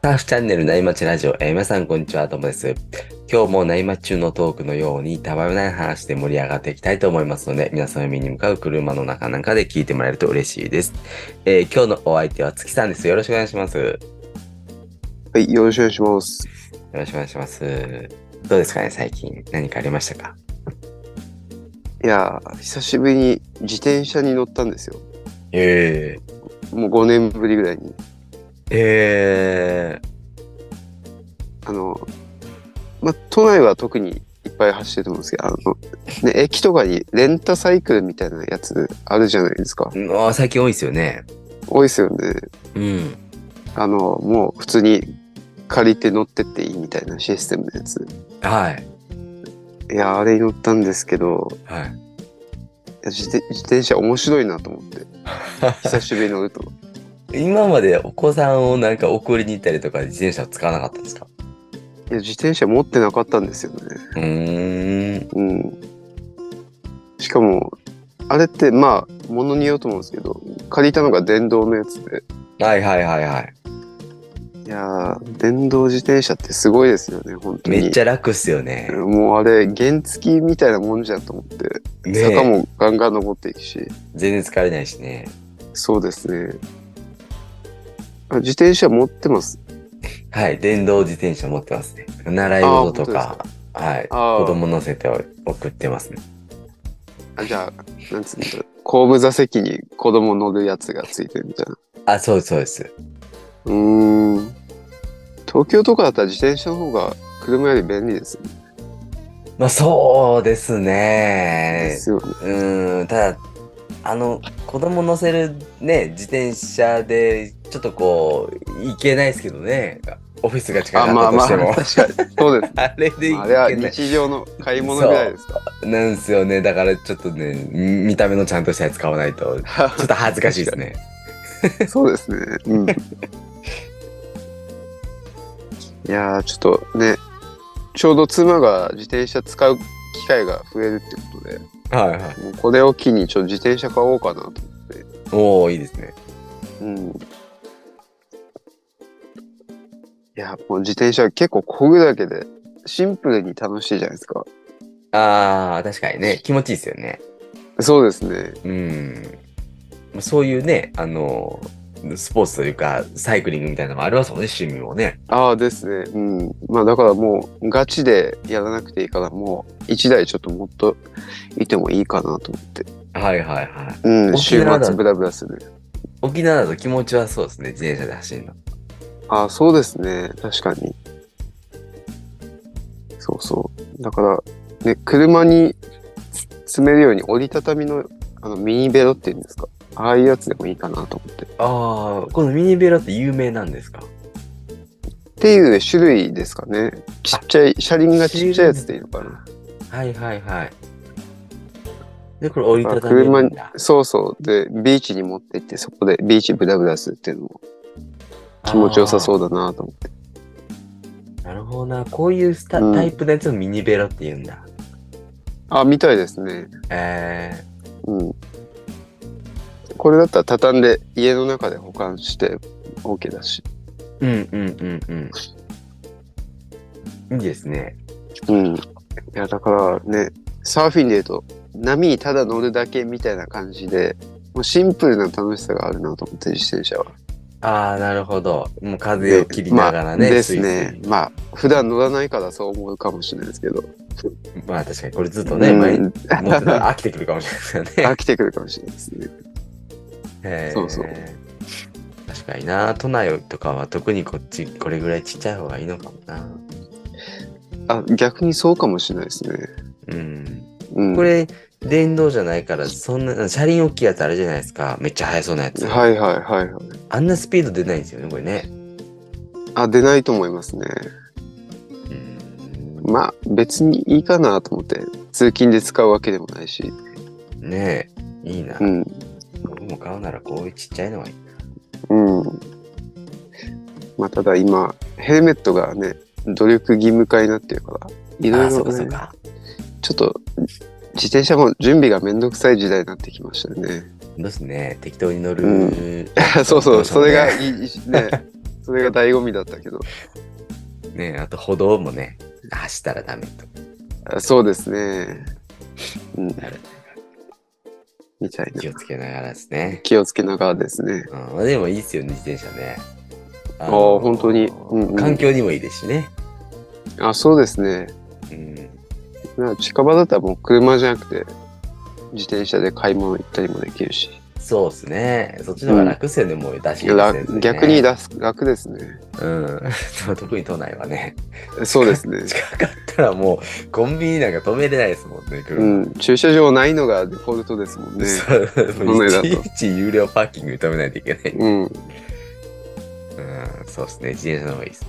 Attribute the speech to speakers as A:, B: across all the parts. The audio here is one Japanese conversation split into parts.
A: ターフチャンネル内町ラジオ、えー皆さんこんにちは、ともです。今日も内町中のトークのように、たわいのない話で盛り上がっていきたいと思いますので、皆さんの耳に向かう車の中なんかで聞いてもらえると嬉しいです。えー今日のお相手は月さんです。よろしくお願いします。よ
B: はい、よろしくお願いします。
A: ろしくお願いします。どうですかね、最近。何かありましたか
B: いやー、久しぶりに自転車に乗ったんですよ。
A: え
B: もう5年ぶりぐらいに。
A: ええ
B: あの、まあ、都内は特にいっぱい走ってると思うんですけど、あの、ね、駅とかにレンタサイクルみたいなやつあるじゃないですか。
A: ー、あー最近多いですよね。
B: 多いですよね。
A: うん。
B: あの、もう普通に借りて乗ってっていいみたいなシステムのやつ。
A: はい。
B: いやー、あれに乗ったんですけど、
A: はい。
B: いや自転自転車面白いなと思って。久しぶりに乗ると。
A: 今までお子さんをなんか送りに行ったりとか自転車を使わなかったんですか
B: いや、自転車持ってなかったんですよね。
A: うーん。
B: うん。しかも、あれって、まあ、ものによると思うんですけど、借りたのが電動のやつで。
A: はいはいはいはい。
B: いやー、電動自転車ってすごいですよね、本当に。
A: めっちゃ楽っすよね。
B: もうあれ、原付きみたいなもんじゃんと思って、
A: ね
B: 坂
A: え
B: もガンガン登っていくし、
A: 全然疲れないしね。
B: そうですね。あ自転車持ってます。
A: はい。電動自転車持ってますね。習い事と
B: あー
A: か、はい。
B: あー
A: 子供乗せて送ってますね。
B: あじゃあ、なんつうんだろう、後部座席に子供乗るやつがついてるみたいな。
A: あ、そうですそうです。
B: うーん。東京とかだったら自転車の方が車より便利ですね。
A: まあそうですね
B: で。すよね。
A: うーん、ただ、あの、子供乗せるね、自転車で、ちょっとこう、行けないですけどね。オフィスが近
B: あ、
A: かっ
B: ま
A: た
B: あ
A: と
B: まあ、
A: して
B: 確
A: も。
B: かに。 そうです。
A: あれで
B: あれは
A: 行けない。
B: 日常の買い物ぐらいですか。
A: なんですよね。だからちょっとね、ん見た目のちゃんとしたやつ買わないと、ちょっと恥ずかしいですね。
B: そうですね。うん。いやー、ちょっとね、ちょうど妻が自転車使う機会が増えるってことで、
A: はいはい。
B: もうこれを機にちょっと自転車買おうかなと。
A: おおいいですね。
B: うん。いや、もう自転車結構漕ぐだけで、シンプルに楽しいじゃないですか。
A: ああ、確かにね、気持ちいいですよね。
B: そうですね。
A: うん。まあそういうね、あの、スポーツというか、サイクリングみたいなのもありますもんね、趣味もね。
B: ああですね。うん。まあだからもうガチでやらなくていいからもう一台ちょっともっといてもいいかなと思って。
A: はいはいはい。
B: うん。
A: 沖
B: 週
A: 縄だ
B: 末ブラブラする。
A: 沖縄だと気持ちはそうですね、自転車で走るの。
B: ああそうですね。確かに。そうそう。だから、ね、車に積めるように折りたたみのあのミニベロっていうんですか。ああいうやつでもいいかなと思って。っ
A: ああ、このミニベラって有名なんですか
B: ていう種類ですかね。ちっちゃい、車輪がちっちゃいやつでいいのかな。
A: はいはいはい。で、これ折りたたみ
B: 車
A: なん
B: に
A: だ。
B: そうそう。で、ビーチに持って行って、そこでビーチブラブラするっていうのも気持ちよさそうだなと思って。
A: あーなるほどな。こういうスタ
B: うん
A: タイプのやつをミニベロって言うんだ。
B: あ、みたいですね。
A: え
B: うん。これだったら畳んで家の中で保管して OK だし。
A: ー、うんうんうんうん。いいですね。
B: うん。いや、だからね、サーフィンで言うと波にただ乗るだけみたいな感じで、もうシンプルな楽しさがあるなと思って、自転車は。
A: ああ、なるほど。もう風を切りながらね。
B: まあです
A: スイス
B: ね。まあ、普段乗らないからそう思うかもしれないですけど。
A: イまあ確かにこれずっとね、
B: うん
A: 毎日持ってたら飽きてくるかもしれないですよね
B: 飽きてくるかもしれないですね。。
A: へー
B: そうそう
A: 確かにな。都内とかは特にこっち、これぐらいちっちゃい方がいいのかもな。
B: あ逆にそうかもしれないですね。
A: うん。
B: うん、
A: これ、電動じゃないから、そんな、車輪大きいやつあれじゃないですか。めっちゃ速そうなやつ。
B: はいはいはいはい。
A: あんなスピード出ないんですよね、これね。
B: あ出ないと思いますね。
A: うん
B: まあ別にいいかなと思って通勤で使うわけでもないし。
A: ねえ、いいな。
B: うん
A: 僕も買うならこういうちっちゃいのがいい。
B: うん。まあただ今ヘルメットがね努力義務化になってるからい
A: あ
B: ろ
A: あ、
B: い
A: そう
B: ろ
A: かそう
B: ね
A: か。
B: ちょっと自転車も準備がめんどくさい時代になってきましたね。
A: どうすね、適当に乗
B: う
A: る。
B: そうそうそれが
A: い
B: いいいね。それが醍醐味だったけど。
A: ねあと歩道もね、走ったらダメと
B: あそうですね。うん。
A: なる。
B: みたいな
A: 気。をつけながらですね。
B: 気をつけながらですね。
A: うん、まあでもいいですよね、自転車ね。あ
B: あー本当にうんうん
A: 環境にもいいですしね。
B: あ、そうですね。
A: うん。
B: まあ近場だったらもう車じゃなくて、自転車で買い物行ったりもできるし。
A: そうですね。そっちの方が楽っすよね、もう出し入れ
B: ら
A: せずね
B: 逆に出す楽ですね。
A: うん。 そう特に都内はね。
B: そうですね。
A: 近かったらもう、コンビニなんか止めれないですもんね、車。
B: うん、駐車場ないのがデフォルトですもんね。
A: そう
B: 都
A: もう
B: 内
A: い
B: だと
A: ちいち有料パーキング認めないといけない。
B: うん、うん、
A: うん、そうですね。自転車の方がいいですね。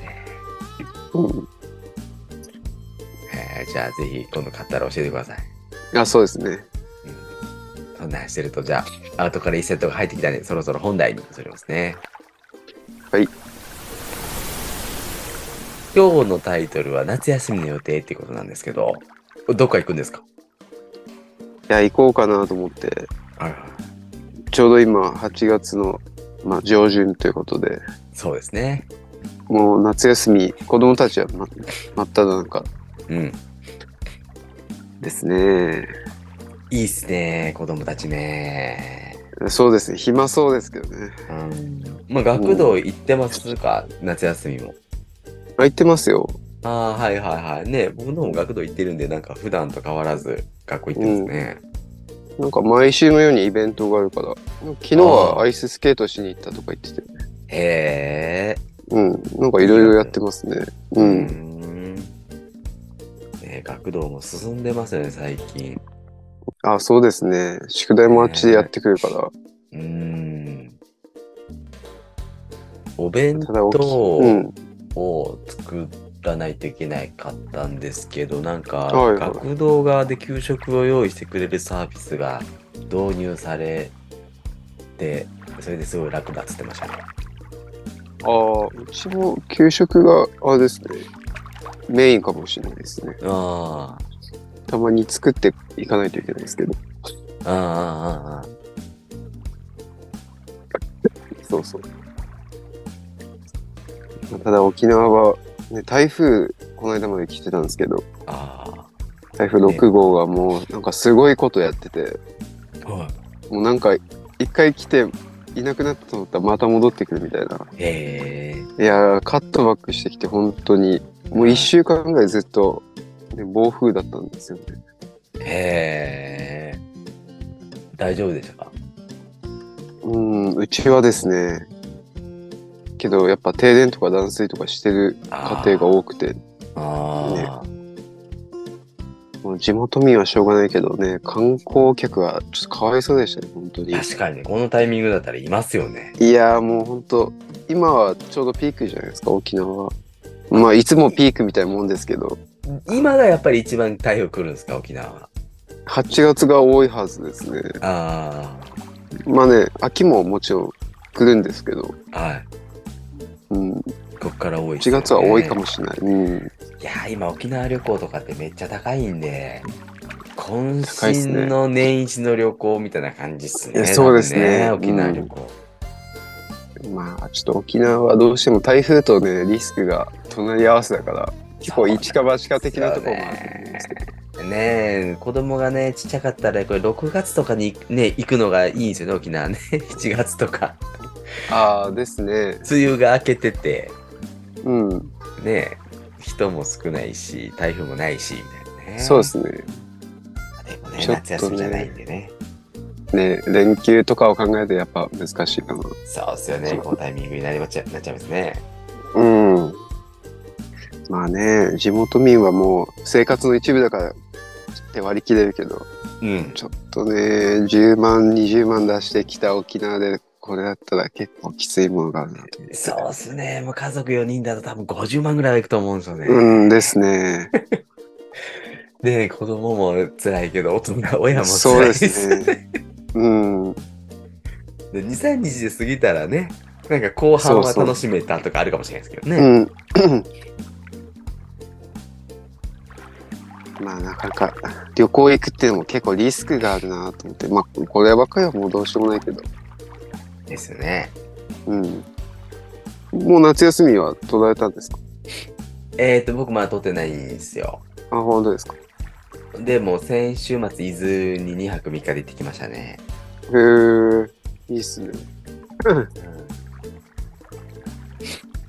A: えーじゃあぜひ今度買ったら教えてください。
B: あ、そうですね。
A: うんそんな話してると、じゃあ、後から1セットが入ってきたんで、そろそろ本題に移りますね。
B: はい。
A: 今日のタイトルは夏休みの予定っていうことなんですけど、どっか行くんですか
B: いや、行こうかなと思って、
A: あら
B: ちょうど今8月の、まあ、上旬ということで、
A: そうですね。
B: もう夏休み、子供たちは、ま、真っ只中
A: うん。
B: ですね。
A: いいっすね、子供たちね。
B: そうですね。暇そうですけどね。
A: うん。まあ、学童行ってますか、夏休みも。
B: あ、行ってますよ。
A: ああ、はいはいはい。ね僕の方も学童行ってるんで、なんか普段と変わらず学校行ってますね。
B: なんか毎週のようにイベントがあるから、昨日はアイススケートしに行ったとか言ってて、
A: へえ。
B: うん、なんかいろいろやってますね。う、
A: うんん。ね、学童も進んでますよね、最近。
B: あ、そうですね。宿題もあっちでやってくるから、
A: うん。お弁
B: ただ大き
A: 当
B: うん、
A: を作らないといけないかったんですけど、なんか、
B: はいはい
A: 学童側で給食を用意してくれるサービスが導入されて、それですごい楽だっつってましたね。
B: ああ、うちも給食が、あれですね、メインかもしれないですね。
A: ああ、
B: たまに作っていかないといけないですけど。
A: ああ、ああ、ああ。
B: そうそう。ただ沖縄は、ね、台風、この間まで来てたんですけど、
A: あ
B: 台風6号がもう、なんかすごいことやってて、
A: あ。はい。
B: もうなんか、一回来て、いなくなったと思ったらまた戻ってくるみたいな。
A: へえ。
B: いやー、カットバックしてきて、本当に、もう1週間ぐらいずっと、ね、暴風だったんですよね。
A: へえ。大丈夫でしたか
B: うん、うちはですね、けどやっぱ停電とか断水とかしてる家庭が多くて、
A: あーあー、
B: もう地元民はしょうがないけどね、観光客はちょっとかわいそうでしたね、本当に。
A: 確かにね、このタイミングだったらいますよね。
B: いやーもう本当、今はちょうどピークじゃないですか、沖縄は。まあ、いつもピークみたいなもんですけど、
A: 今がやっぱり一番台風来るんですか、沖縄は。
B: 8月が多いはずですね。
A: あ
B: まあね、秋ももちろん来るんですけど、
A: あ、はい。
B: うん、
A: こっから多い、
B: 1月は多いかもしれない。うん、
A: いやー、今沖縄旅行とかってめっちゃ高いんで、
B: 高いっす
A: 渾
B: ね
A: 身の年一の旅行みたいな感じっす
B: い
A: ね。
B: やそうですね
A: 多分沖縄旅行。
B: まあちょっと沖縄はどうしても台風とねリスクが隣り合わせだから結構一か八か的なところもあると思うんですけど
A: ねえ、子供がね、ちっちゃかったら、これ6月とかにね、行くのがいいんですよね、沖縄ね。7月 とか。
B: ああですね
A: 梅雨が明けてて、
B: うん
A: ねえ、人も少ないし、台風もないし、みたいなね。
B: そうですね
A: でもね、
B: ちょっとね
A: 夏休みじゃないんでね。
B: ね連休とかを考えてやっぱ難しいかな
A: そうっすよ
B: そ
A: ね、
B: う
A: このタイミングになりまちゃなっちゃいますね。
B: うんまあね地元民はもう生活の一部だからって割り切れるけど
A: うん。
B: ちょっとね10万20万出してきた沖縄でこれだったら結構きついものがあるなと思って
A: そうっすね、もう家族4人だと多分50万ぐらいはいくと思うんですよね。
B: うんですね
A: で、子供も辛いけど、大人、親も
B: そう
A: 辛い
B: で
A: ですす。
B: ね。うん、
A: で23日で過ぎたらねなんか後半は楽しめたとかあるかもしれないですけどね
B: うん。まあなかなか旅行行くっていうのも結構リスクがあるなと思って、まあこればっかりはもうどうしようもないけど、
A: ですよね
B: うん。もう夏休みは途絶えたんですか
A: えっ、と、僕まだ撮ってないんですよ。
B: あ、本当ですかへ
A: でも、先週末、伊豆に2泊3日で行ってきましたね。
B: え、いいっすね。
A: うん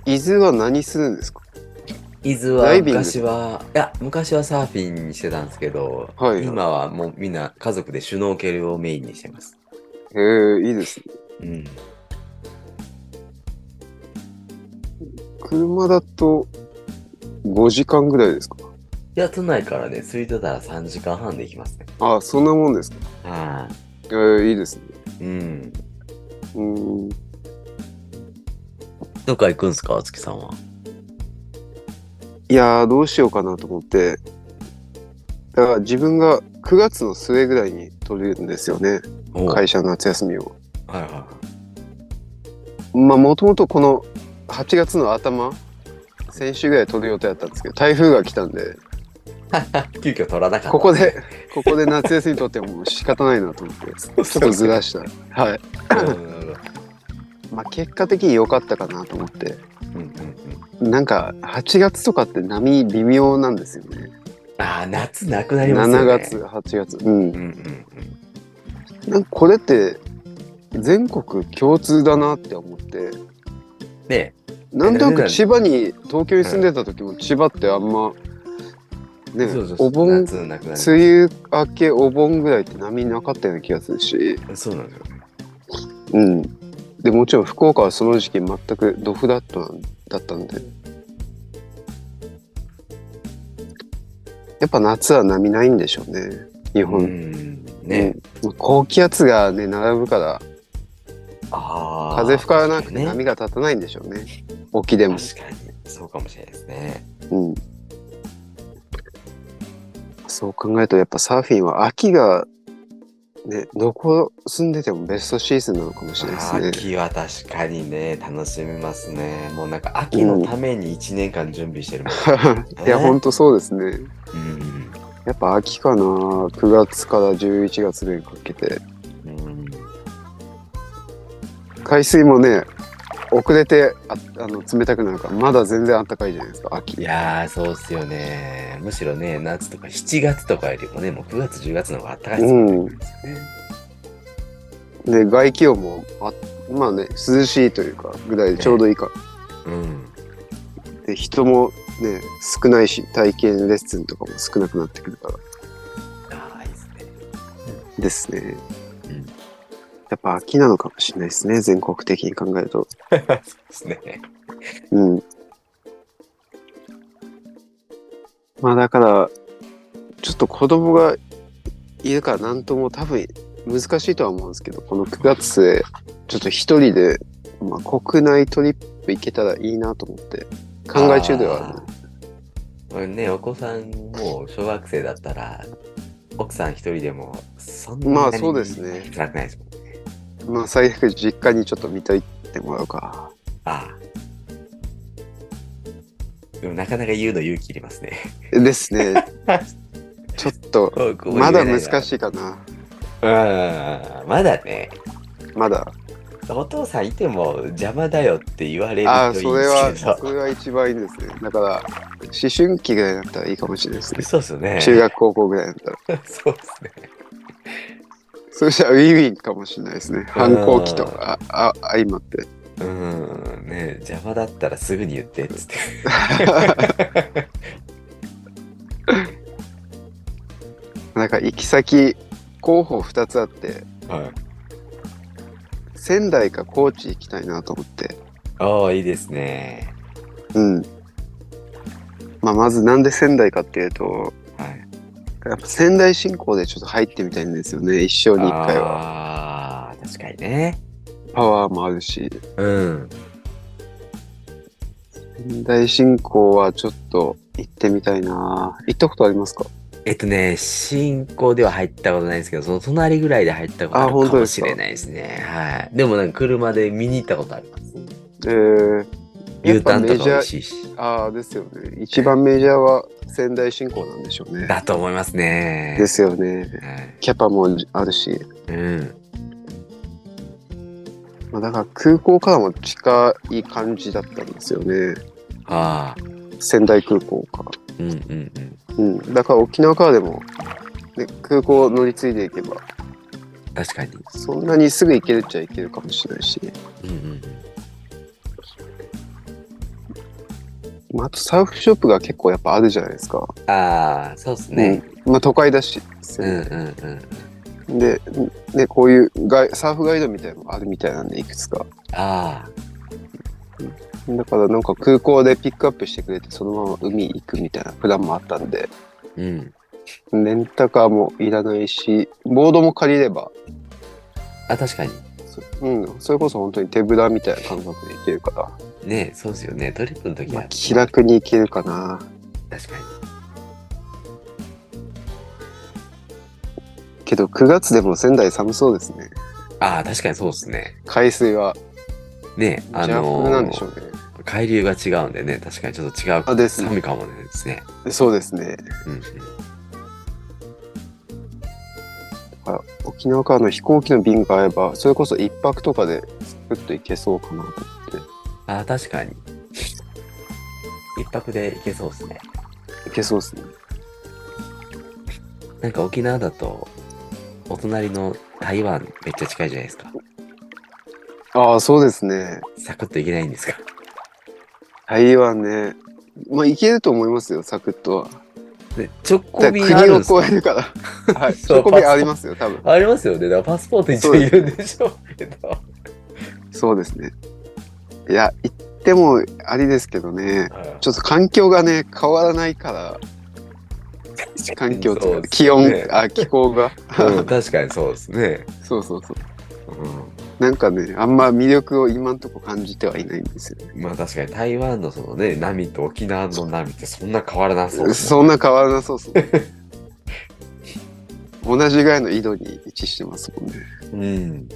B: 伊豆は何するんですか
A: 伊豆
B: ダ
A: は
B: イビング
A: 昔は、いや、昔はサーフィンにしてたんですけど、
B: はいはい
A: 今はもうみんな家族でシュノーケルをメインにしてます。
B: へえ、いいですね。
A: うん。
B: 車だと5時間ぐらいですか
A: いや、都内からね、空いてたら3時間半で行きますね。
B: あ、そんなもんですか
A: は
B: えー、いいですね。
A: い。うん。
B: うーん。
A: どっか行くんすか、あつきさんは。
B: いやー、どうしようかなと思って。だから自分が9月の末ぐらいに取れるんですよね。
A: おはい
B: 会社の夏休みを。
A: はいは
B: まあ、もともとこの8月の頭、先週ぐらい取る予定だったんですけど、台風が来たんで、
A: い。急遽取らなかった。
B: ここで、 ここで夏休み取ってももう仕方ないなと思って、ちょっとずらした。はい。
A: うん。うんうん
B: まあ、結果的に良かったかなと思って。
A: うんうん
B: なんか8月とかって波微妙なんですよね。
A: ああ、夏なくなりますよ
B: 7
A: ね。
B: 月、。8月。うん
A: う。んうんうん。
B: なんかこれって全国共通だなって思って
A: ね
B: なんとなく千葉に東京に住んでた時も千葉ってあんま
A: え、
B: ね
A: そうそうそう
B: お盆
A: 夏なくなる。
B: 梅雨明けお盆ぐらいって波なかったような気がするし、
A: そうなんですよ。
B: うん、でもちろん福岡はその時期全くドフラットなんだったんでやっぱ夏は波ないんでしょうね日
A: う
B: 本、
A: ん。ねえ。
B: うん高気圧がね並ぶから
A: ああ。
B: 風吹からなくて
A: ね
B: 波が立たないんでしょうね沖でも、
A: 確かに。そうかもしれないですね。
B: うん、そう考えるとやっぱサーフィンは秋がねどこ住んでてもベストシーズンなのかもしれないですね
A: 秋は確かにね、楽しみますね。もうなんか秋のために1年間準備してるもん。
B: いやほんとそうですね
A: うん。
B: やっぱ秋かな9月から11月ぐらいにかけて
A: うん。
B: 海水もね遅れてああの冷たくなるからまだ全然暖かいじゃないですか秋
A: いやー、そうっすよね。むしろね、夏とか7月とかよりもね、もう9月、10月の方が暖かいですもんね。
B: で外気温もあまあね涼しいというかぐらいでちょうどいいか
A: うん。
B: で人もね少ないし体験レッスンとかも少なくなってくるから
A: ああ、いいですね。
B: ですね、
A: うん
B: やっぱ秋なのかもしれないですね全国的に考えると
A: そうですね。
B: うんまあだからちょっと子供がいるから何とも多分難しいとは思うんですけどこの9月末ちょっと一人で、まあ、国内トリップ行けたらいいなと思って考え中ではある
A: あーね、お子さんも小学生だったら、奥さん一人でも、そんなに
B: まあそうですね
A: 辛くないですもんね。
B: まあ最悪実家にちょっと見といてもらうか。
A: ああ。でもなかなか言うの勇気いりますね。
B: です ね。ちょっと、まだ難しいかな。
A: うん。まだね、
B: まだ。
A: お父さんいても邪魔だよって言われる
B: ああ、
A: といい
B: それ
A: ん
B: は、
A: ですけど。
B: それは一番いいですね。だから、思春期ぐらいだったらいいかもしれないですね。
A: そうっすよね。
B: 中学、高校ぐらいだったら。
A: そうですね。
B: それじゃウィンウィンかもしれないですね。反抗期とか、あ、あ、相まって。
A: うん。ね邪魔だったらすぐに言ってっ つって。
B: なんか行き先、候補2つあって、
A: はい。
B: 仙台か高知行きたいなと思って。
A: ああ、いいですね。
B: うん。まあ、まずなんで仙台かっていうと、
A: はい。
B: やっぱ仙台新興でちょっと入ってみたいんですよね一生に一回は
A: ああ、確かにね。
B: パワーもあるし
A: うん。
B: 仙台新興はちょっと行ってみたいな行ったことありますか
A: えっとね、新興では入ったことないですけど、その隣ぐらいで入ったことある
B: あ本
A: か
B: 当
A: も
B: です
A: し
B: か
A: れないですね。はい。でもなんか車で見に行ったことあります。
B: えー、やっ
A: U タ
B: ぱ
A: ーン
B: メ
A: と
B: ジ
A: か美
B: ャ
A: 味
B: ー
A: しいし。
B: ああですよね一番メジャーは仙台新興なんでしょうね
A: だと思いますね。
B: ですよね
A: はい。
B: キャパもあるし
A: うん。
B: まあ、だから空港からも近い感じだったんですよね
A: ああ、
B: 仙台空港から。
A: うんうんうん。
B: うん、だから沖縄からでも、ね、空港乗り継いでいけば
A: 確かに。
B: そんなにすぐ行けるっちゃ行けるかもしれないしね、
A: うんうんうん。
B: まあ、あとサーフショップが結構やっぱあるじゃないですか、
A: ああ、そうですね。
B: うんまあ、都会だし、
A: うんうんうん。
B: で、ね、こういうガイサーフガイドみたいなのがあるみたいなんでいくつか
A: ああ、
B: だからなんか空港でピックアップしてくれてそのまま海行くみたいなプランもあったんで
A: うん。
B: レンタカーもいらないしボードも借りれば
A: あ、確かに。
B: そ,、うん、それこそ本当に手ぶらみたいな感覚で行けるか
A: ねそうですよね。トリップの時
B: ら、まあ
A: は、。
B: 気楽に行けるかな
A: 確かに。
B: けど9月でも仙台寒そうですね
A: ああ、確かにそうですね。
B: 海水が
A: ねあ
B: 邪
A: の
B: 悪なんでしょ
A: ー
B: うね、
A: 海流が違うんでね、確かにちょっと違う。
B: あです
A: 寒いかもねですね。
B: そうですね
A: うんうん。
B: あ沖縄からの飛行機の便が合えばそれこそ一泊とかでサクッと行けそうかなと
A: ああ、確かに。一泊で行けそうですね。
B: 行けそうですね
A: なんか沖縄だと、お隣の台湾めっちゃ近いじゃないですか。
B: ああそうですね
A: サクッと行けないんですか。
B: 台湾ねまあ行けると思いますよサクッとは
A: でチョコ
B: だ
A: ビ
B: 国
A: あるん
B: を
A: です
B: 越
A: か
B: えるから、 はい、チ
A: そう
B: ョコビありますよ多分
A: ありますよね。だからパスポート一応いるんでしょうけど。
B: そうですねいや行ってもありですけどね
A: うん
B: ちょっと環境がね変わらないから環境と
A: そう
B: か
A: ですね
B: 気温、あ気候が
A: うん確かにそうですね。
B: そうそうそう
A: う
B: なんかねあんま魅力を今んとこ感じてはいないんですよね
A: ん、まあ確かに台湾のそのね波と沖縄の波ってそんな変わらなそうですね。
B: そんな変わらなそうそう 同じぐらいの緯度に位置してますもんね、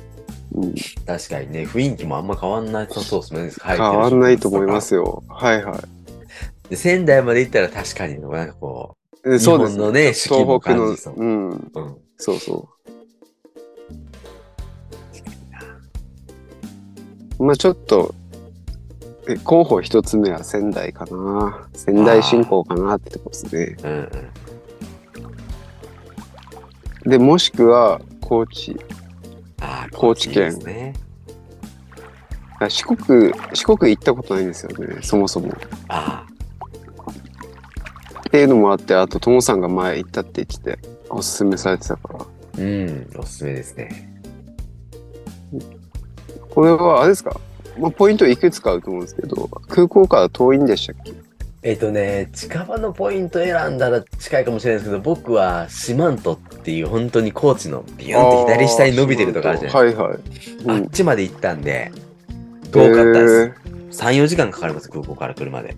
A: うん、
B: うん、
A: 確かにね雰囲気もあんま変わんないとそうですね。
B: 変わんないと思いま
A: よ。
B: すよはいはい
A: で仙台まで行ったら確かになんかこ
B: えそうです
A: 日本のね四季も
B: 東北
A: 感
B: の
A: じそう
B: うん
A: う、うん、
B: そうそうまあちょっとえ候補一つ目は仙台かな仙台新港かなってとこですね
A: うんうん
B: でもしくは高知
A: ああ
B: 高知県
A: 高ですね。
B: あ四国四国行ったことないんですよねそもそも
A: あ
B: っていうのもあってあとともさんが前行ったって言ってておすすめされてたから
A: あうんおすすめですね。
B: これはあれですか、まあ、ポイントいくつかあると思うんですけど空港から遠いんでしたっけ
A: えっとね近場のポイント選んだら近いかもしれないですけど僕は四万十っていう本当に高知のビュンって左下に伸びてるとこあるじゃないですか。
B: はいはい、
A: あ
B: う
A: っ
B: ん
A: ちまで行ったんで、遠かったです。3、4時間かかります、空港から車で。
B: へ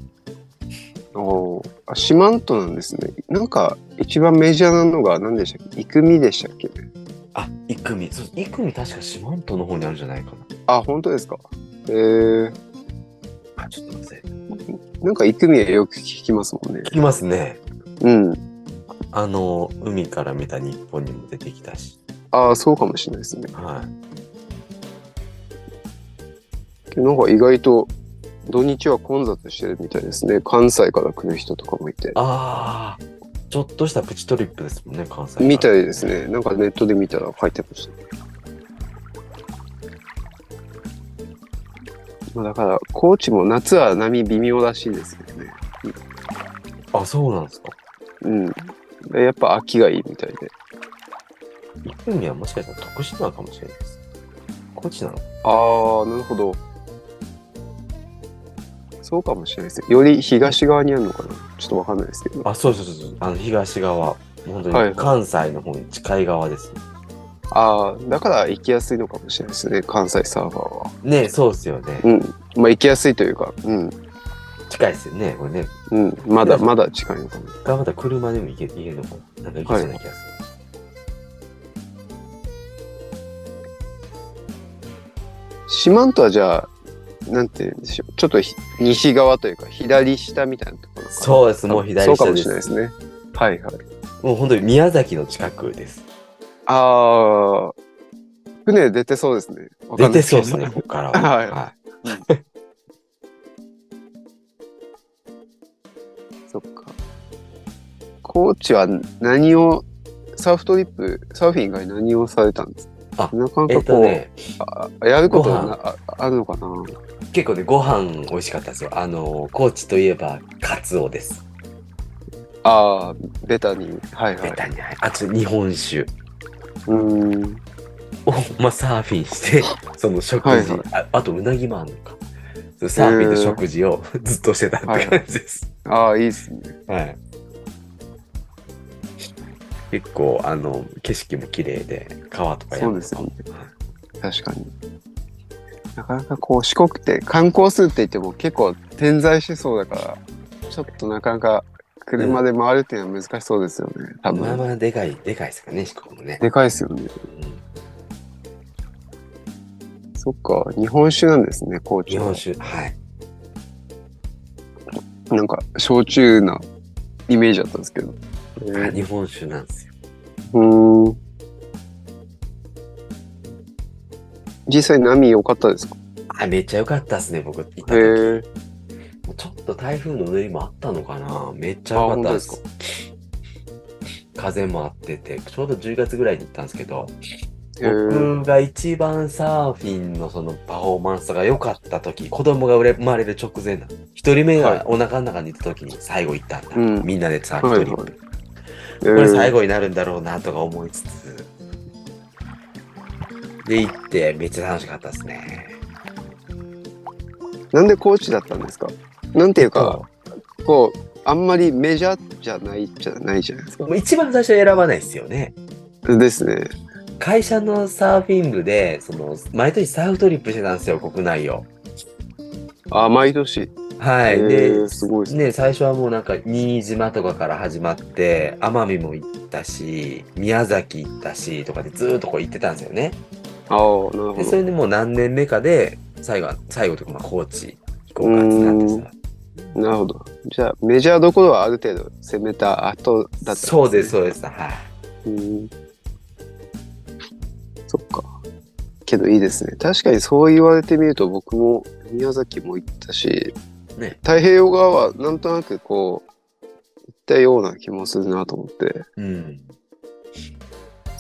B: ーおーあ四万十なんですねなんか一番メジャーなのが何でしたっけ生海でしたっけ
A: あ、イクミ。そう、イクミ確か四万十の方にあるんじゃないか
B: あ本当ですかえー、
A: な。あ、ちょっと待って。
B: なんか生海はよく聞きますもんね
A: 聞きますね。
B: うん
A: あの、海から見た日本にも出てきたし。
B: ああそうかもしれないですね
A: はい。
B: なんか意外と土日は混雑してるみたいですね関西から来る人とかもいて
A: あー、ちょっとしたプチトリップですもんね、関西から
B: みたいですねなんかネットで見たら書いてましたまあだから高知も夏は波微妙らしいですよね
A: あ、そうなんですか。
B: うんでやっぱ秋がいいみたいで
A: イクミはもしかしたら徳島かもしれないです。高知なの
B: ああなるほどそうかもしれないですねより東側にあるのかなちょっとわかんないですけど
A: あ、そうそうそうそう。あの、東側。本当
B: は
A: に
B: い
A: 関西の方に近い側ですね。
B: ああだから行きやすいのかもしれないですね関西サーバーは
A: ねそうですよね。
B: うんまあ行きやすいというかうん
A: 近いですよね。これね、
B: うんまだまだ近いのかな
A: 頑張ったら車でも行け行けるのかな。なんか行けそうな気がする。
B: 四万十はじゃあなんて言うんでしょうちょっとひ西側というか左下みたいなところかな
A: そうです。もう左
B: そうか
A: 下
B: も
A: で
B: しれ
A: す。
B: ないですねはいはい
A: もう本当に宮崎の近くです。
B: ああ船出てそうですね。わ
A: 出
B: かんな
A: て
B: い
A: そうです ね、ここからは。
B: はいそっか。コーチは何を、サーフトリップ、サーフィン以外何をされたんですか
A: あ
B: なかな
A: え
B: か
A: っと
B: こう、
A: ね、
B: あやること
A: ご
B: なああるのかな
A: 結構ね、ご飯美味しかったですよ。あの、高知といえば、カツオです。
B: ああ、ベタに。はいは
A: ベ
B: い。
A: タにない。あと、日本酒
B: うーん。
A: を、まあ、サーフィン して、その食事、
B: はいは
A: ああと、うなぎもあるのか。そうサーフィンと食事をずっとしてたって感じです。
B: ああ、いいですね。
A: はい。結構、あの、景色も綺麗で、川とか山とかも
B: そう確かに。なかなかこう、四国って観光するって言っても結構点在しそうだから、ちょっとなかなか車で回るっていうのは難しそうですよね。多
A: まあ
B: 分。
A: まあ、でかい、でかいですからね、四国もね。
B: でかいですよね。
A: うん
B: そっか、日本酒なんですね、高知
A: 日
B: は
A: 本酒、はい。
B: なんか焼酎なイメージだったんですけど。
A: あ日本酒なんですよ。
B: うーん。実際波良かったですか。
A: あ、めっちゃ良かったですね、僕行った
B: へ
A: 時。
B: え。
A: ちょっと台風のうねりもあったのかなめっちゃ良かったです
B: あ本
A: 風もあってて、ちょうど10月ぐらいに行ったんですけど、
B: へえ。
A: 僕が一番サーフィンのそのパフォーマンスが良かった時、子供が生まれる直前だ。一人目
B: はい
A: がお腹の中にいた時に最後行ったんだ。
B: うん
A: みんなでサーフ
B: はい
A: ィ
B: は
A: ン
B: い。
A: に。こ
B: こ
A: れ最後になるんだろうなとか思いつつ。で行って、めっちゃ楽しかったですね。
B: なんで高知だったんですか。なんていうか、こう、あんまりメジャーじゃないじゃないじゃないですか
A: も。う一番最初選ばないですよね。
B: ですね。
A: 会社のサーフィン部で、その、毎年サーフトリップしてたんですよ、国内を。
B: あ、毎年。
A: はい。
B: へ
A: で
B: ー、すごいですね。
A: ね、最初はもうなんか、新島とかから始まって、奄美も行ったし、宮崎行ったし、とかでずーっとこう行ってたんですよね。
B: ああ、なるほ
A: で、そ
B: ど。
A: れでもう何年目かで、最後は、最後というか、まあ、高知行こうかってなってさ。
B: なるほど。じゃあ、メジャーどころはある程度攻めた後だったんね
A: そうです、。そうです。はい。
B: うんそっか。けどいいですね。確かにそう言われてみると僕も宮崎も行ったし、
A: ね
B: 太平洋側はなんとなくこう、行ったような気もするなと思って。
A: うん。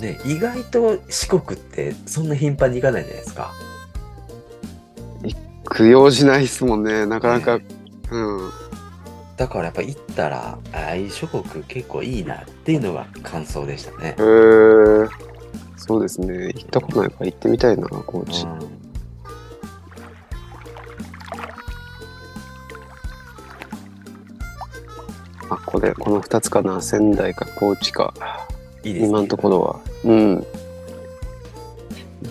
A: ね、意外と四国ってそんな頻繁に行かないじゃないですか。
B: 供養しないですもんね。なかなか、うん。
A: だからやっぱ行ったら、ああ、諸国結構いいなっていうのが感想でしたね
B: へ。ーそうですね。行ったことないから行ってみたいな、高知。
A: うん
B: あ、これ、この2つかな。仙台か高知か。
A: いいですね。
B: 今のところは。うん。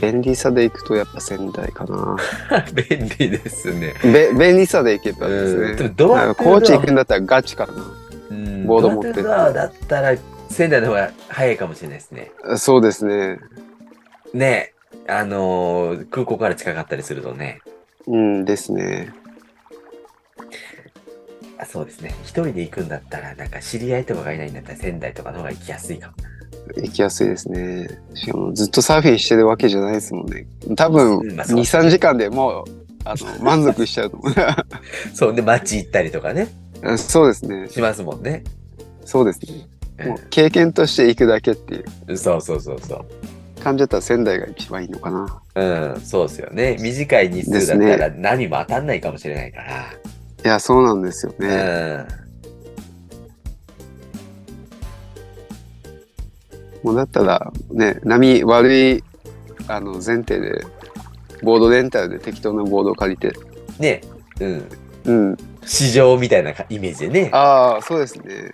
B: 便利さで行くとやっぱ仙台かな。
A: 便利ですね。
B: べ便利さで行けばです
A: うん、で
B: ね。
A: もド
B: なん
A: ア
B: か高知行く
A: だ、
B: んだったらガチか
A: うん、
B: ボード持ってって
A: ドアだったら仙台の方が早いかもしれないですね。
B: な。そうですね。
A: ねえあのー空港から近かったりするとね。
B: うんですね。
A: あそうですね。一人で行くんだったら、なんか知り合いとかがいないんだったら仙台とかの方が行きやすいかもな。
B: 行きやすいですね。しかもずっとサーフィンしてるわけじゃないですもんね。多分
A: うん
B: 2、
A: まあそう
B: 3時間でもうあの満足しちゃう と思
A: そうで、街行ったりとかね、
B: う。そうですね。
A: しますもんね。
B: そうですね。
A: うん
B: もう経験として行くだけっていう
A: そうそうそうそう。
B: 感じだったら仙台が一番いいのかな。
A: うん、そうですよね。短い日数だったら波も当たんないかもしれないから。
B: いや、そうなんですよね。もうだったらね波悪いあの前提でボードレンタルで適当なボードを借りて
A: うん。ね、うん。
B: うん
A: 市場みたいなかイメージでね。
B: ああそうですね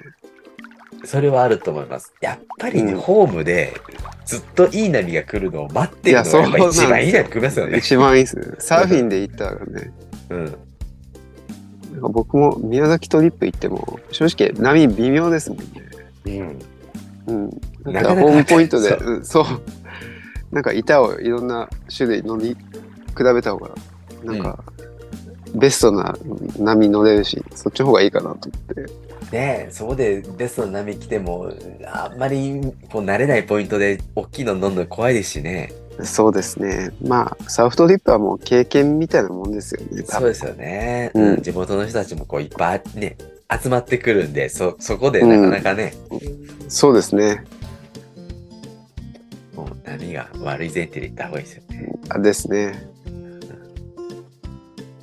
A: それはあると思います。やっぱりね、
B: うん
A: ホームでずっといい波が来るのを待ってるのがやっ
B: いや
A: ぱ
B: そうなんですよ
A: 一番いい波来ますよね。
B: 一番いいです ねサーフィンで行ったらね
A: うん。
B: なんか僕も宮崎トリップ行っても正直波微妙ですもんね
A: うん。
B: うんだ
A: な
B: か
A: からなか
B: ホームポイントで
A: そう
B: うんそうなんか板をいろんな種類乗り比べた方がなんか、ベストな波乗れるしそっちの方がいいかなと思って
A: ねえ、そこでベストの波来ても、あんまりこう慣れないポイントで大きいの飲んの怖いですしね。
B: そうですね。まあ、サーフトリップはもう経験みたいなもんですよね。多
A: そう
B: 分
A: ですよね。
B: うん
A: うん地元の人たちもこういっぱいね、集まってくるんで、そ、そこでなかなかね、
B: そうですね。
A: もう波が悪い前提で行った方がいいですよね。
B: あですね。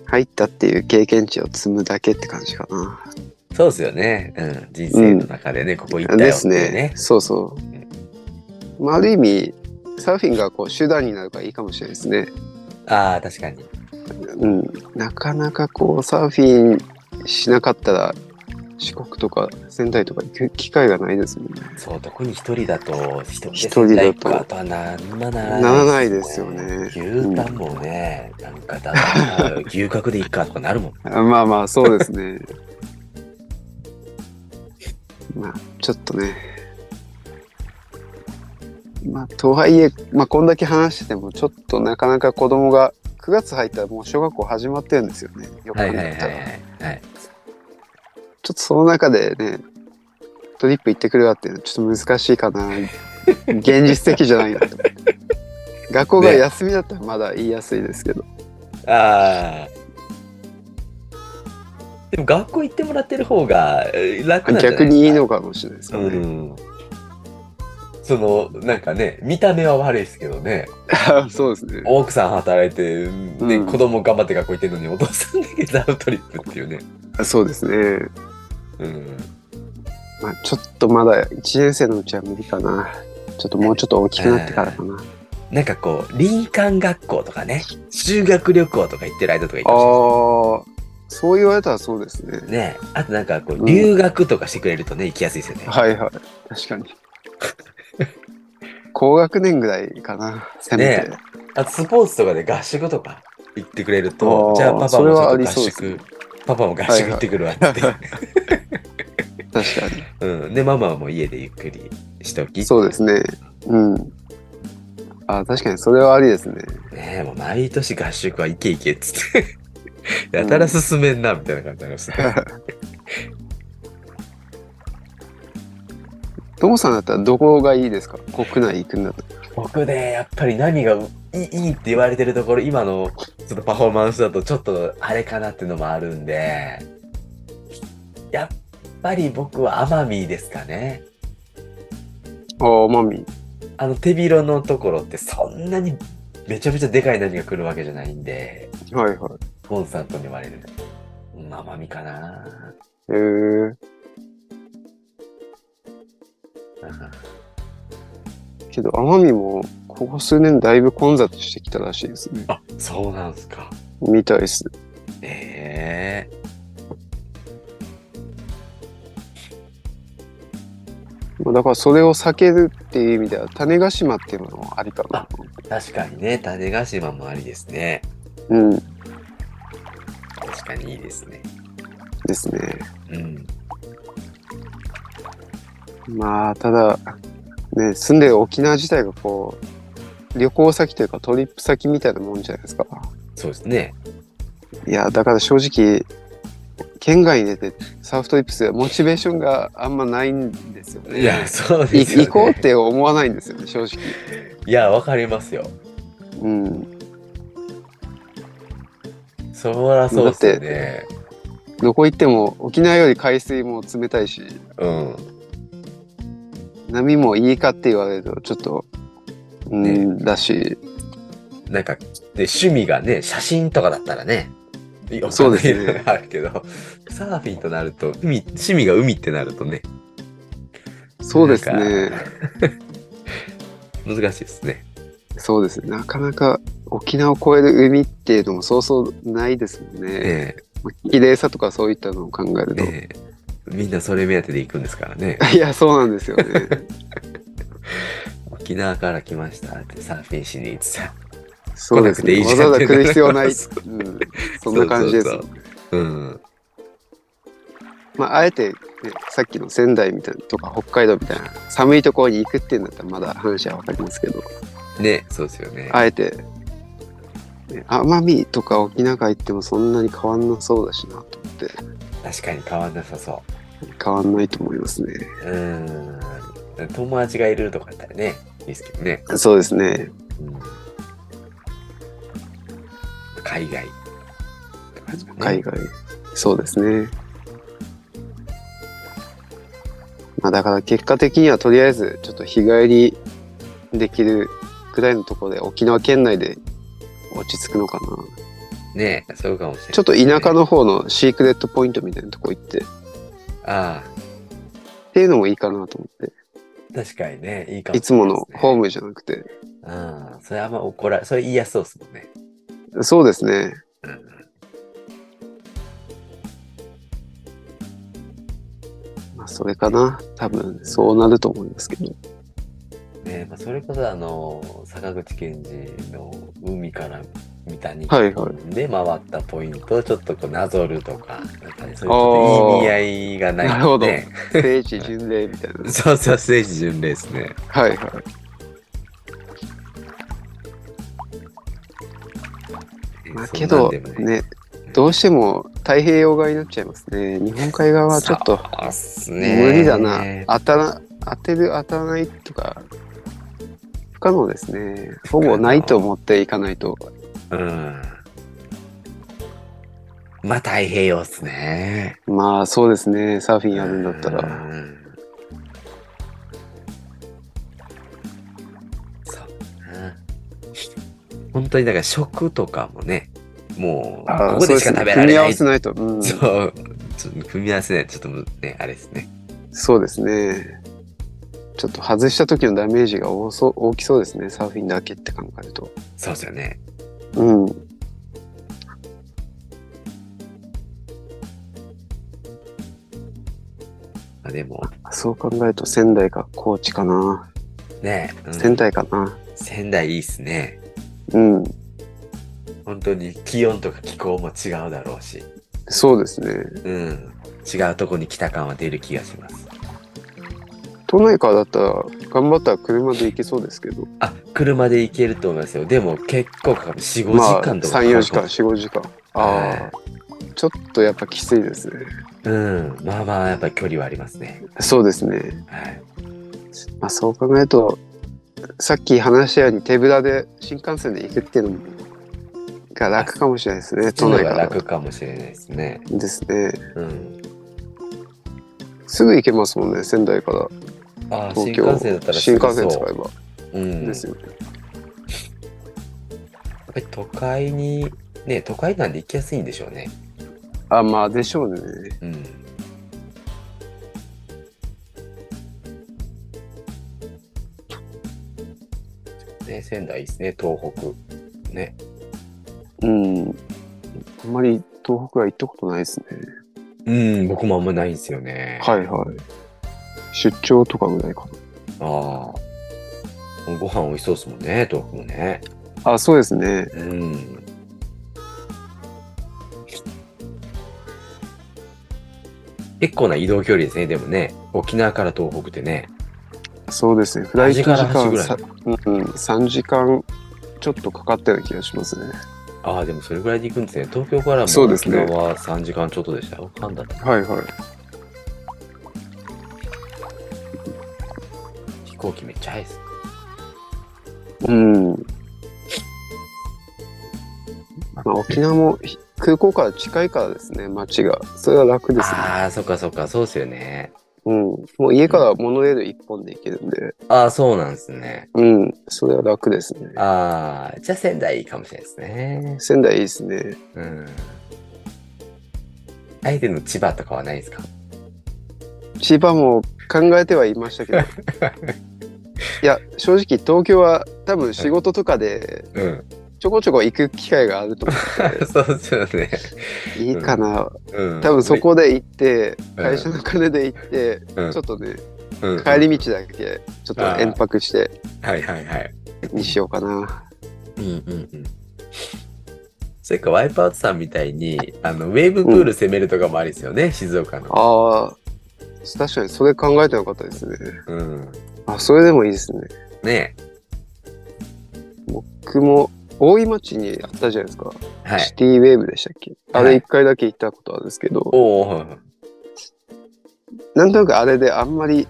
B: 入ったっていう経験値を積むだけって感じかな。
A: そうですよね。うん。人生の中でね、ここ行った
B: で
A: よって
B: す
A: いう
B: ね
A: ね。。
B: そうそう。まあ、ある意味、サーフィンがこう手段になるからいいかもしれないですね。
A: ああ、確かに。
B: うん。なかなかこう、サーフィンしなかったら、四国とか仙台とか行く機会がないですもんね。
A: そう、特に一人だと、一人で
B: 一人だと
A: 仙台行くかとはなんまなら
B: なら
A: な
B: ないい
A: で
B: ですす
A: よ
B: よ
A: ね。
B: ね
A: 牛タンもね、なんかだ から、牛角で行っかとかなるもん。
B: あ まあまあそうですねまあちょっとねまあとはいえ、まあ、こんだけ話しててもちょっとなかなか子供が9月入ったらもう小学校始まってるんですよねよく
A: は
B: 言
A: い
B: っ
A: はいはい
B: た
A: は
B: ら、
A: い。はい、
B: ちょっとその中でねトリップ行ってくるわっていうのはちょっと難しいかな現実的じゃないなと思って学校が
A: ね
B: 休みだったらまだ言いやすいですけど、
A: ああ。でも学校行ってもらってる方がえー楽なんじゃないですか
B: 逆にいいのかもしれないですね、
A: うん。その、なんかね、見た目は悪いですけどね、
B: そうですね
A: 奥さん働いて、ね
B: うん
A: 子供頑張って学校行ってるのに、お父さんだけダウトリップっていうね。
B: そうですね
A: うん。
B: まあ、ちょっとまだ1年生のうちは無理かな。ちょっともうちょっと大きくなってからかな。
A: なんかこう、林間学校とかね、修学旅行とか行ってる間とか行ってほし
B: ああ、そう言われたらそうですね
A: い。ですね。ねあとなんかこ
B: う
A: う、
B: ん
A: 留学とかしてくれるとね、行きやすいですよね。
B: はいはい。確かに。高学年ぐらいかな。せめて。
A: あとスポーツとかで合宿とか行ってくれると
B: あ、ー
A: じゃあパパ
B: そ
A: も
B: れ
A: ち
B: は
A: ょ
B: あ
A: っ
B: り
A: と合
B: そうで
A: 宿、
B: すね
A: パパも合宿行ってくるわって言って、
B: はいは確か
A: うん。で、ママはもう家でゆっくりしておき。
B: に。そうですね。うん。あー確かにそれはありですね。
A: ねえ、もう毎年合宿は行け行けっつって。やたら進めんな、みたいな感じになりますね。
B: トモさんだったらどこがいいですか国内行くんだったら。
A: 僕ね、やっぱり何がいいいいって言われてるところ、今のちょっとパフォーマンスだとちょっとあれかなっていうのもあるんで、やっぱり僕は奄美ですかね。
B: ああ、マミ。
A: あの手広のところってそんなにめちゃめちゃでかい波が来るわけじゃないんで、
B: はいはい。
A: コンサートに言われる。うん奄美かな
B: へえ。
A: うん
B: けど奄美もここ数年だいぶ混雑してきたらしいですね。
A: あ、そうなんすか。
B: みたいです。
A: ええ
B: まあだからそれを避けるっていう意味では種子島っていうのもありかな。
A: 確かにね、種子島もありですね。
B: うん
A: 確かにいいですね。
B: ですね。
A: うん。
B: まあただね住んでる沖縄自体がこう旅行先というかトリップ先みたいなもんじゃないですか。
A: そうですね。
B: いやだから正直県外に出てサーフトリップするモチベーションがあんまないんですよね。
A: いや、そう
B: い
A: ですよ、ね。
B: 行こうって思わないんですよね正直。
A: いや、わかりますよ。
B: うん。
A: そらそうですよね。
B: どこ行っても沖縄より海水も冷たいし
A: うん。
B: 波もいいかって言われるとちょっとうん、だし
A: なんか、ね、趣味がね、写真とかだったらね、いや
B: そうですね
A: お金 あるけど、サーフィンとなると、海、趣味が海ってなるとね、
B: そうですね
A: 難しいですね。
B: そうですねなかなか沖縄を越える海っていうのもそうそうないですもんね、
A: え
B: 綺麗さとかそういったのを考える
A: え
B: と、
A: ええみんなそれ目当てで行くんですからね。
B: いやそうなんですよね
A: 沖縄から来ましたってサーフィンしに行ってさ。
B: そうです
A: 来なくて
B: ね
A: いいじゃ
B: わ
A: ん
B: ざわざ来る必 要ない、う
A: そ
B: ん、そんな感じです
A: そうそうそううん。
B: まああえて、ね、さっきの仙台みたいなとか北海道みたいな寒いところに行くっていうんだったらまだ話は分かりますけど
A: ね、そうですよね。
B: あえて、ね奄美とか沖縄行ってもそんなに変わんなそうだしなと思って、
A: 確かに変わんなさそ
B: 変わんないと思いますね。
A: う。うん。友達がいるとかだったらね、いいですけどね。
B: そうですね。
A: うん海外。
B: 海外、そうですね。まあだから結果的にはとりあえずちょっと日帰りできるぐらいのところで沖縄県内で落ち着くのかな。
A: ねえ、そうかもしれない。
B: ちょっと田舎の方のシークレットポイントみたいなとこ行ってっ
A: ああ、
B: ていうのもいいかなと思って。
A: 確かにね、いいかも
B: いつものホー
A: ム。
B: ムじゃなくて。
A: うん、それあんま怒ら、それ言いやすそうですもんね。
B: そうですね。
A: うん
B: まあそれかな。多分そうなると思いますけど。
A: ねえまあ、それこそあの、坂口健二の海から見た日
B: はいは
A: 本で回ったポイントをちょっとこうなぞるとか、なんかね、そういうちょっといい意味合いがないとね。
B: 聖地巡礼みたいな。
A: そうそう、ステージ巡礼ですね。
B: はいはい。まあ、けど
A: そんなんでも
B: ね、どうしても太平洋側になっちゃいますね。日本海側はちょっと
A: そうっす
B: 無
A: ね
B: 理だな。当たら当てる当たらないとか不可能ですね。ほぼないと思っていかないと。
A: うん。まあ太平洋っすね。
B: まあそうですね。サーフィンやるんだったら。
A: うん。そうだな。本当にだから食とかもね、もう
B: あー
A: ここでしか
B: そ
A: 食
B: うすね
A: べられ
B: 組み合
A: ない。
B: わせ
A: そう,、
B: ないと。うん、
A: ちょっと組み合わせない。ちょっとむね、あれですね。
B: そうですね。ちょっと外した時のダメージが多そう大きそうですね。サーフィンだけって考えると。
A: そうですよね。
B: うん。
A: まあ、でも、
B: そう考えると仙台か高知かな。
A: ね、うん
B: 仙台かな。
A: 仙台いいっすね。
B: うん。
A: 本当に気温とか気候も違うだろうし。
B: そうですね。
A: うん。違うとこに来た感は出る気がします。
B: 都内からだったら頑張ったら車で行けそうですけど、
A: あ、車で行けると思いますよ。でも結構かかる。4、5時
B: まあ
A: 間とかかかる
B: 34時間45時間ああちょっとやっぱきついですね
A: うん。まあまあ、やっぱり距離はありますね。
B: そうですね、
A: はい。
B: まあ、そう考えるとさっき話したように手ぶらで新幹線で行くっていうのもが楽かもしれないですね都
A: 都内
B: 内
A: が
B: から
A: 楽かもしれないですね。
B: ですね
A: うん。
B: すぐ行けますもんね仙台から
A: あー
B: 東
A: 新幹線だったら
B: 京新幹線
A: す
B: 使
A: ぐ
B: えば
A: そう。うん。や
B: で
A: っ
B: すよね、
A: ぱり都会に、ね、都会なんで行きやすいんでしょうね。
B: あまあでしょうね
A: うん。ね、仙台いいですね、東北。ね。
B: うんあんまり東北は行ったことないですね
A: うん、僕もあんまないんですよね。
B: はいはい出張とかぐらいかな
A: ああ。ご飯美味しそうですもんね、豆腐もね。
B: あ、そうですね。
A: うん。結構な移動距離ですね、でもね。沖縄から東北ってね。
B: そうですね。フライト時
A: 端から端ぐら
B: 間
A: い
B: さ、うんうん、3時間ちょっとかかったような気がしますね。
A: ああ、でもそれぐらいで行くんですね。東京からも
B: そうです
A: 沖
B: ね
A: 縄は3時間ちょっとでしたよ。半だった。
B: はいはい。
A: 飛行機めっちゃ早いです。
B: うん。まあ、沖縄もひ空港から近いからですね、街が。それは楽ですね。
A: ああ、そっかそっか、そうですよね。
B: うん。もう家からモノレール1本で行けるんで、
A: ああ、そうなんですね。
B: うん。それは楽ですね。
A: ああ、じゃあ仙台いいかもしれないですね。
B: 仙台いいですね。
A: うん。あえての千葉とかはないですか
B: 千葉も考えてはいましたけ ど。いや、正直東京は多分仕事とかで
A: うん。
B: ちょこちょこ行く機会があると 思って
A: そうですよね。
B: いいかな、
A: うん。
B: 多分そこで行って、
A: うん
B: 会社の金で行って、
A: うん
B: ちょっとね、
A: うん
B: 帰り道だけちょっと遠泊して
A: はいはいはい。
B: にしようかな、
A: うんうんうん。それかワイプアウトさんみたいにあのウェーブプール攻めるとかもありですよね、静岡の。
B: ああ確かにそれ考えてなかったですね
A: うん。
B: あそれでもいいですね
A: ね
B: 僕も大井町にあったじゃないですか、
A: は
B: シ
A: い。
B: ティウェーブでしたっけあ
A: はい
B: れ1回だけ行ったことあるんですけど、
A: おお。
B: なんとなくあれであんまり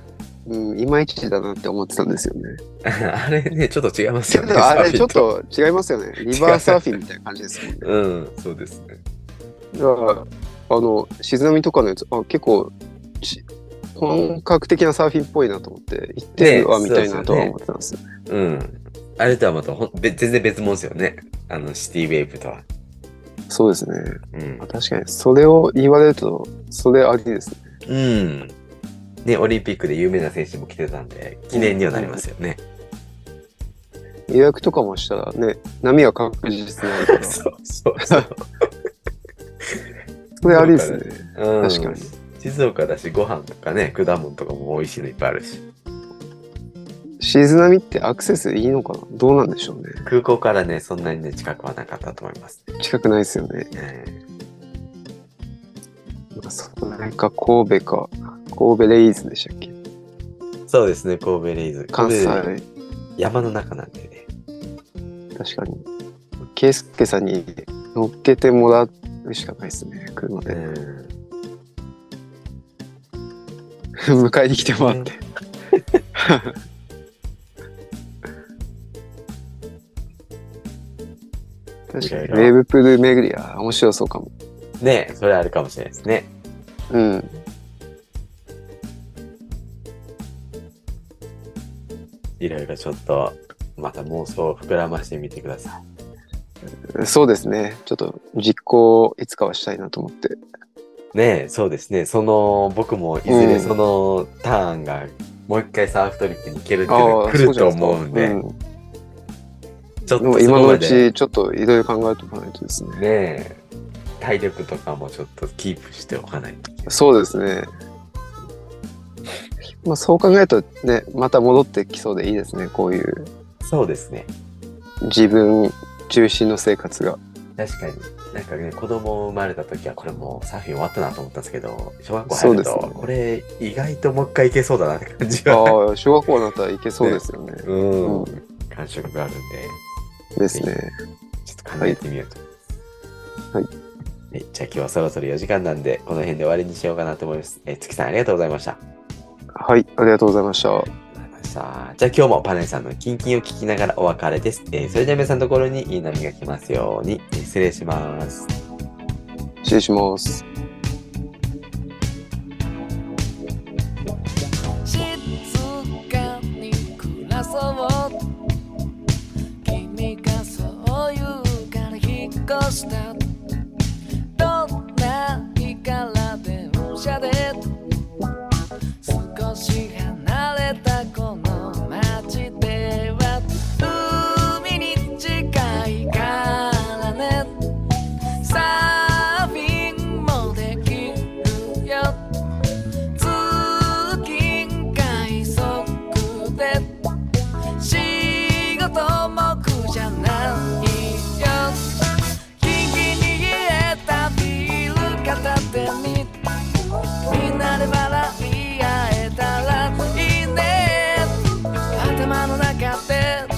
B: うん、いまいちだなって思ってたんですよね。
A: あれね、ちょっと違います
B: け
A: よね。
B: どあれち
A: サー
B: ょっ
A: フィン。
B: と 違いますよね。リバーサーフィンみたいな感じですもんね。
A: うん、そうですね。
B: だからあの静波とかのやつあ結構し本格的なサーフィンっぽいなと思って行ってるわ、
A: ね
B: みたいなとは
A: そ
B: 思ってたんですよ。
A: うん。あれとはまたほんべ全然別物ですよね。あの、シティウェーブとは。
B: そうですね。
A: うん
B: まあ。確かにそれを言われるとそれありですね。
A: うん。ね、オリンピックで有名な選手も来てたんで、記念にはなりますよね。
B: 予約とかもしたらね波は確実にあるから そう
A: そう そう。
B: れありですね。
A: うん
B: 確かに。
A: 静岡だし、ご飯とかね、果物とかも美味しいのいっぱいあるし。
B: 静波ってアクセスいいのかなどうなんでしょうね。
A: 空港からね、そんなにね、近くはなかったと思います。
B: 近くないですよね。
A: え
B: なんかそこら辺か神戸か神戸レイズでしたっけ
A: えそうですね、神戸レイズ。
B: 関西
A: 神戸レイズ山の中なんでね。
B: 確かに。圭介さんに乗っけてもらうしかないですね、車
A: う
B: で。
A: ん。
B: 迎えに来てもらって。確かに、ウェーブプール巡りは面白そうかも。
A: ねえそれあるかもしれないですね。
B: うん。
A: いろいろちょっと、また妄想を膨らましてみてください。
B: そうですね。ちょっと実行をいつかはしたいなと思って。
A: ねえそうですね。その、僕もいず
B: う
A: れ
B: ん
A: そのターンが、もう一回サーフトリップに行けるっていうの
B: あ
A: が
B: あ、
A: 来ると思うんで、
B: そうじゃないですか
A: ちょっ
B: うんでも
A: とそ
B: 今
A: こ
B: の
A: ま
B: う
A: で
B: ちちょっといろいろ考えておかないとですね。
A: ねえ体力とかもちょっとキープしておかないと。
B: そうですね。まあそう考えるとね、また戻ってきそうでいいですね。こういう
A: そうですね。
B: 自分中心の生活が。
A: 確かに。なんかね、子供生まれた時はこれもうサーフィン終わったなと思ったんですけど、小学校入ると、
B: そうですね
A: これ意外ともう一回いけそうだなって感じは、
B: ああ、小学校になったらいけそうですよね。
A: うん
B: うん、
A: 感触があるんで、
B: ですね。
A: ちょっと考えてみようと思います。はい。じゃあ今日はそろそろ4時間なんで、この辺で終わりにしようかなと思います。えー月さんありがとうございました。
B: はい、ありがとうございました。
A: わかりましたじゃあ今日もパネルさんのキンキンを聞きながらお別れです。えーそれでは皆さんのところにいい波が来ますように、えー失礼します。
B: 失礼します。
C: 静かに暮らそう君がそう言うから引っ越したどんな日から電車で少し離れたこの街では海に近いからねサーフィンもできるよ通勤快速で仕事も苦じゃないよキンキンに冷えたビール片手にみんなで笑い合えたらいいね頭の中で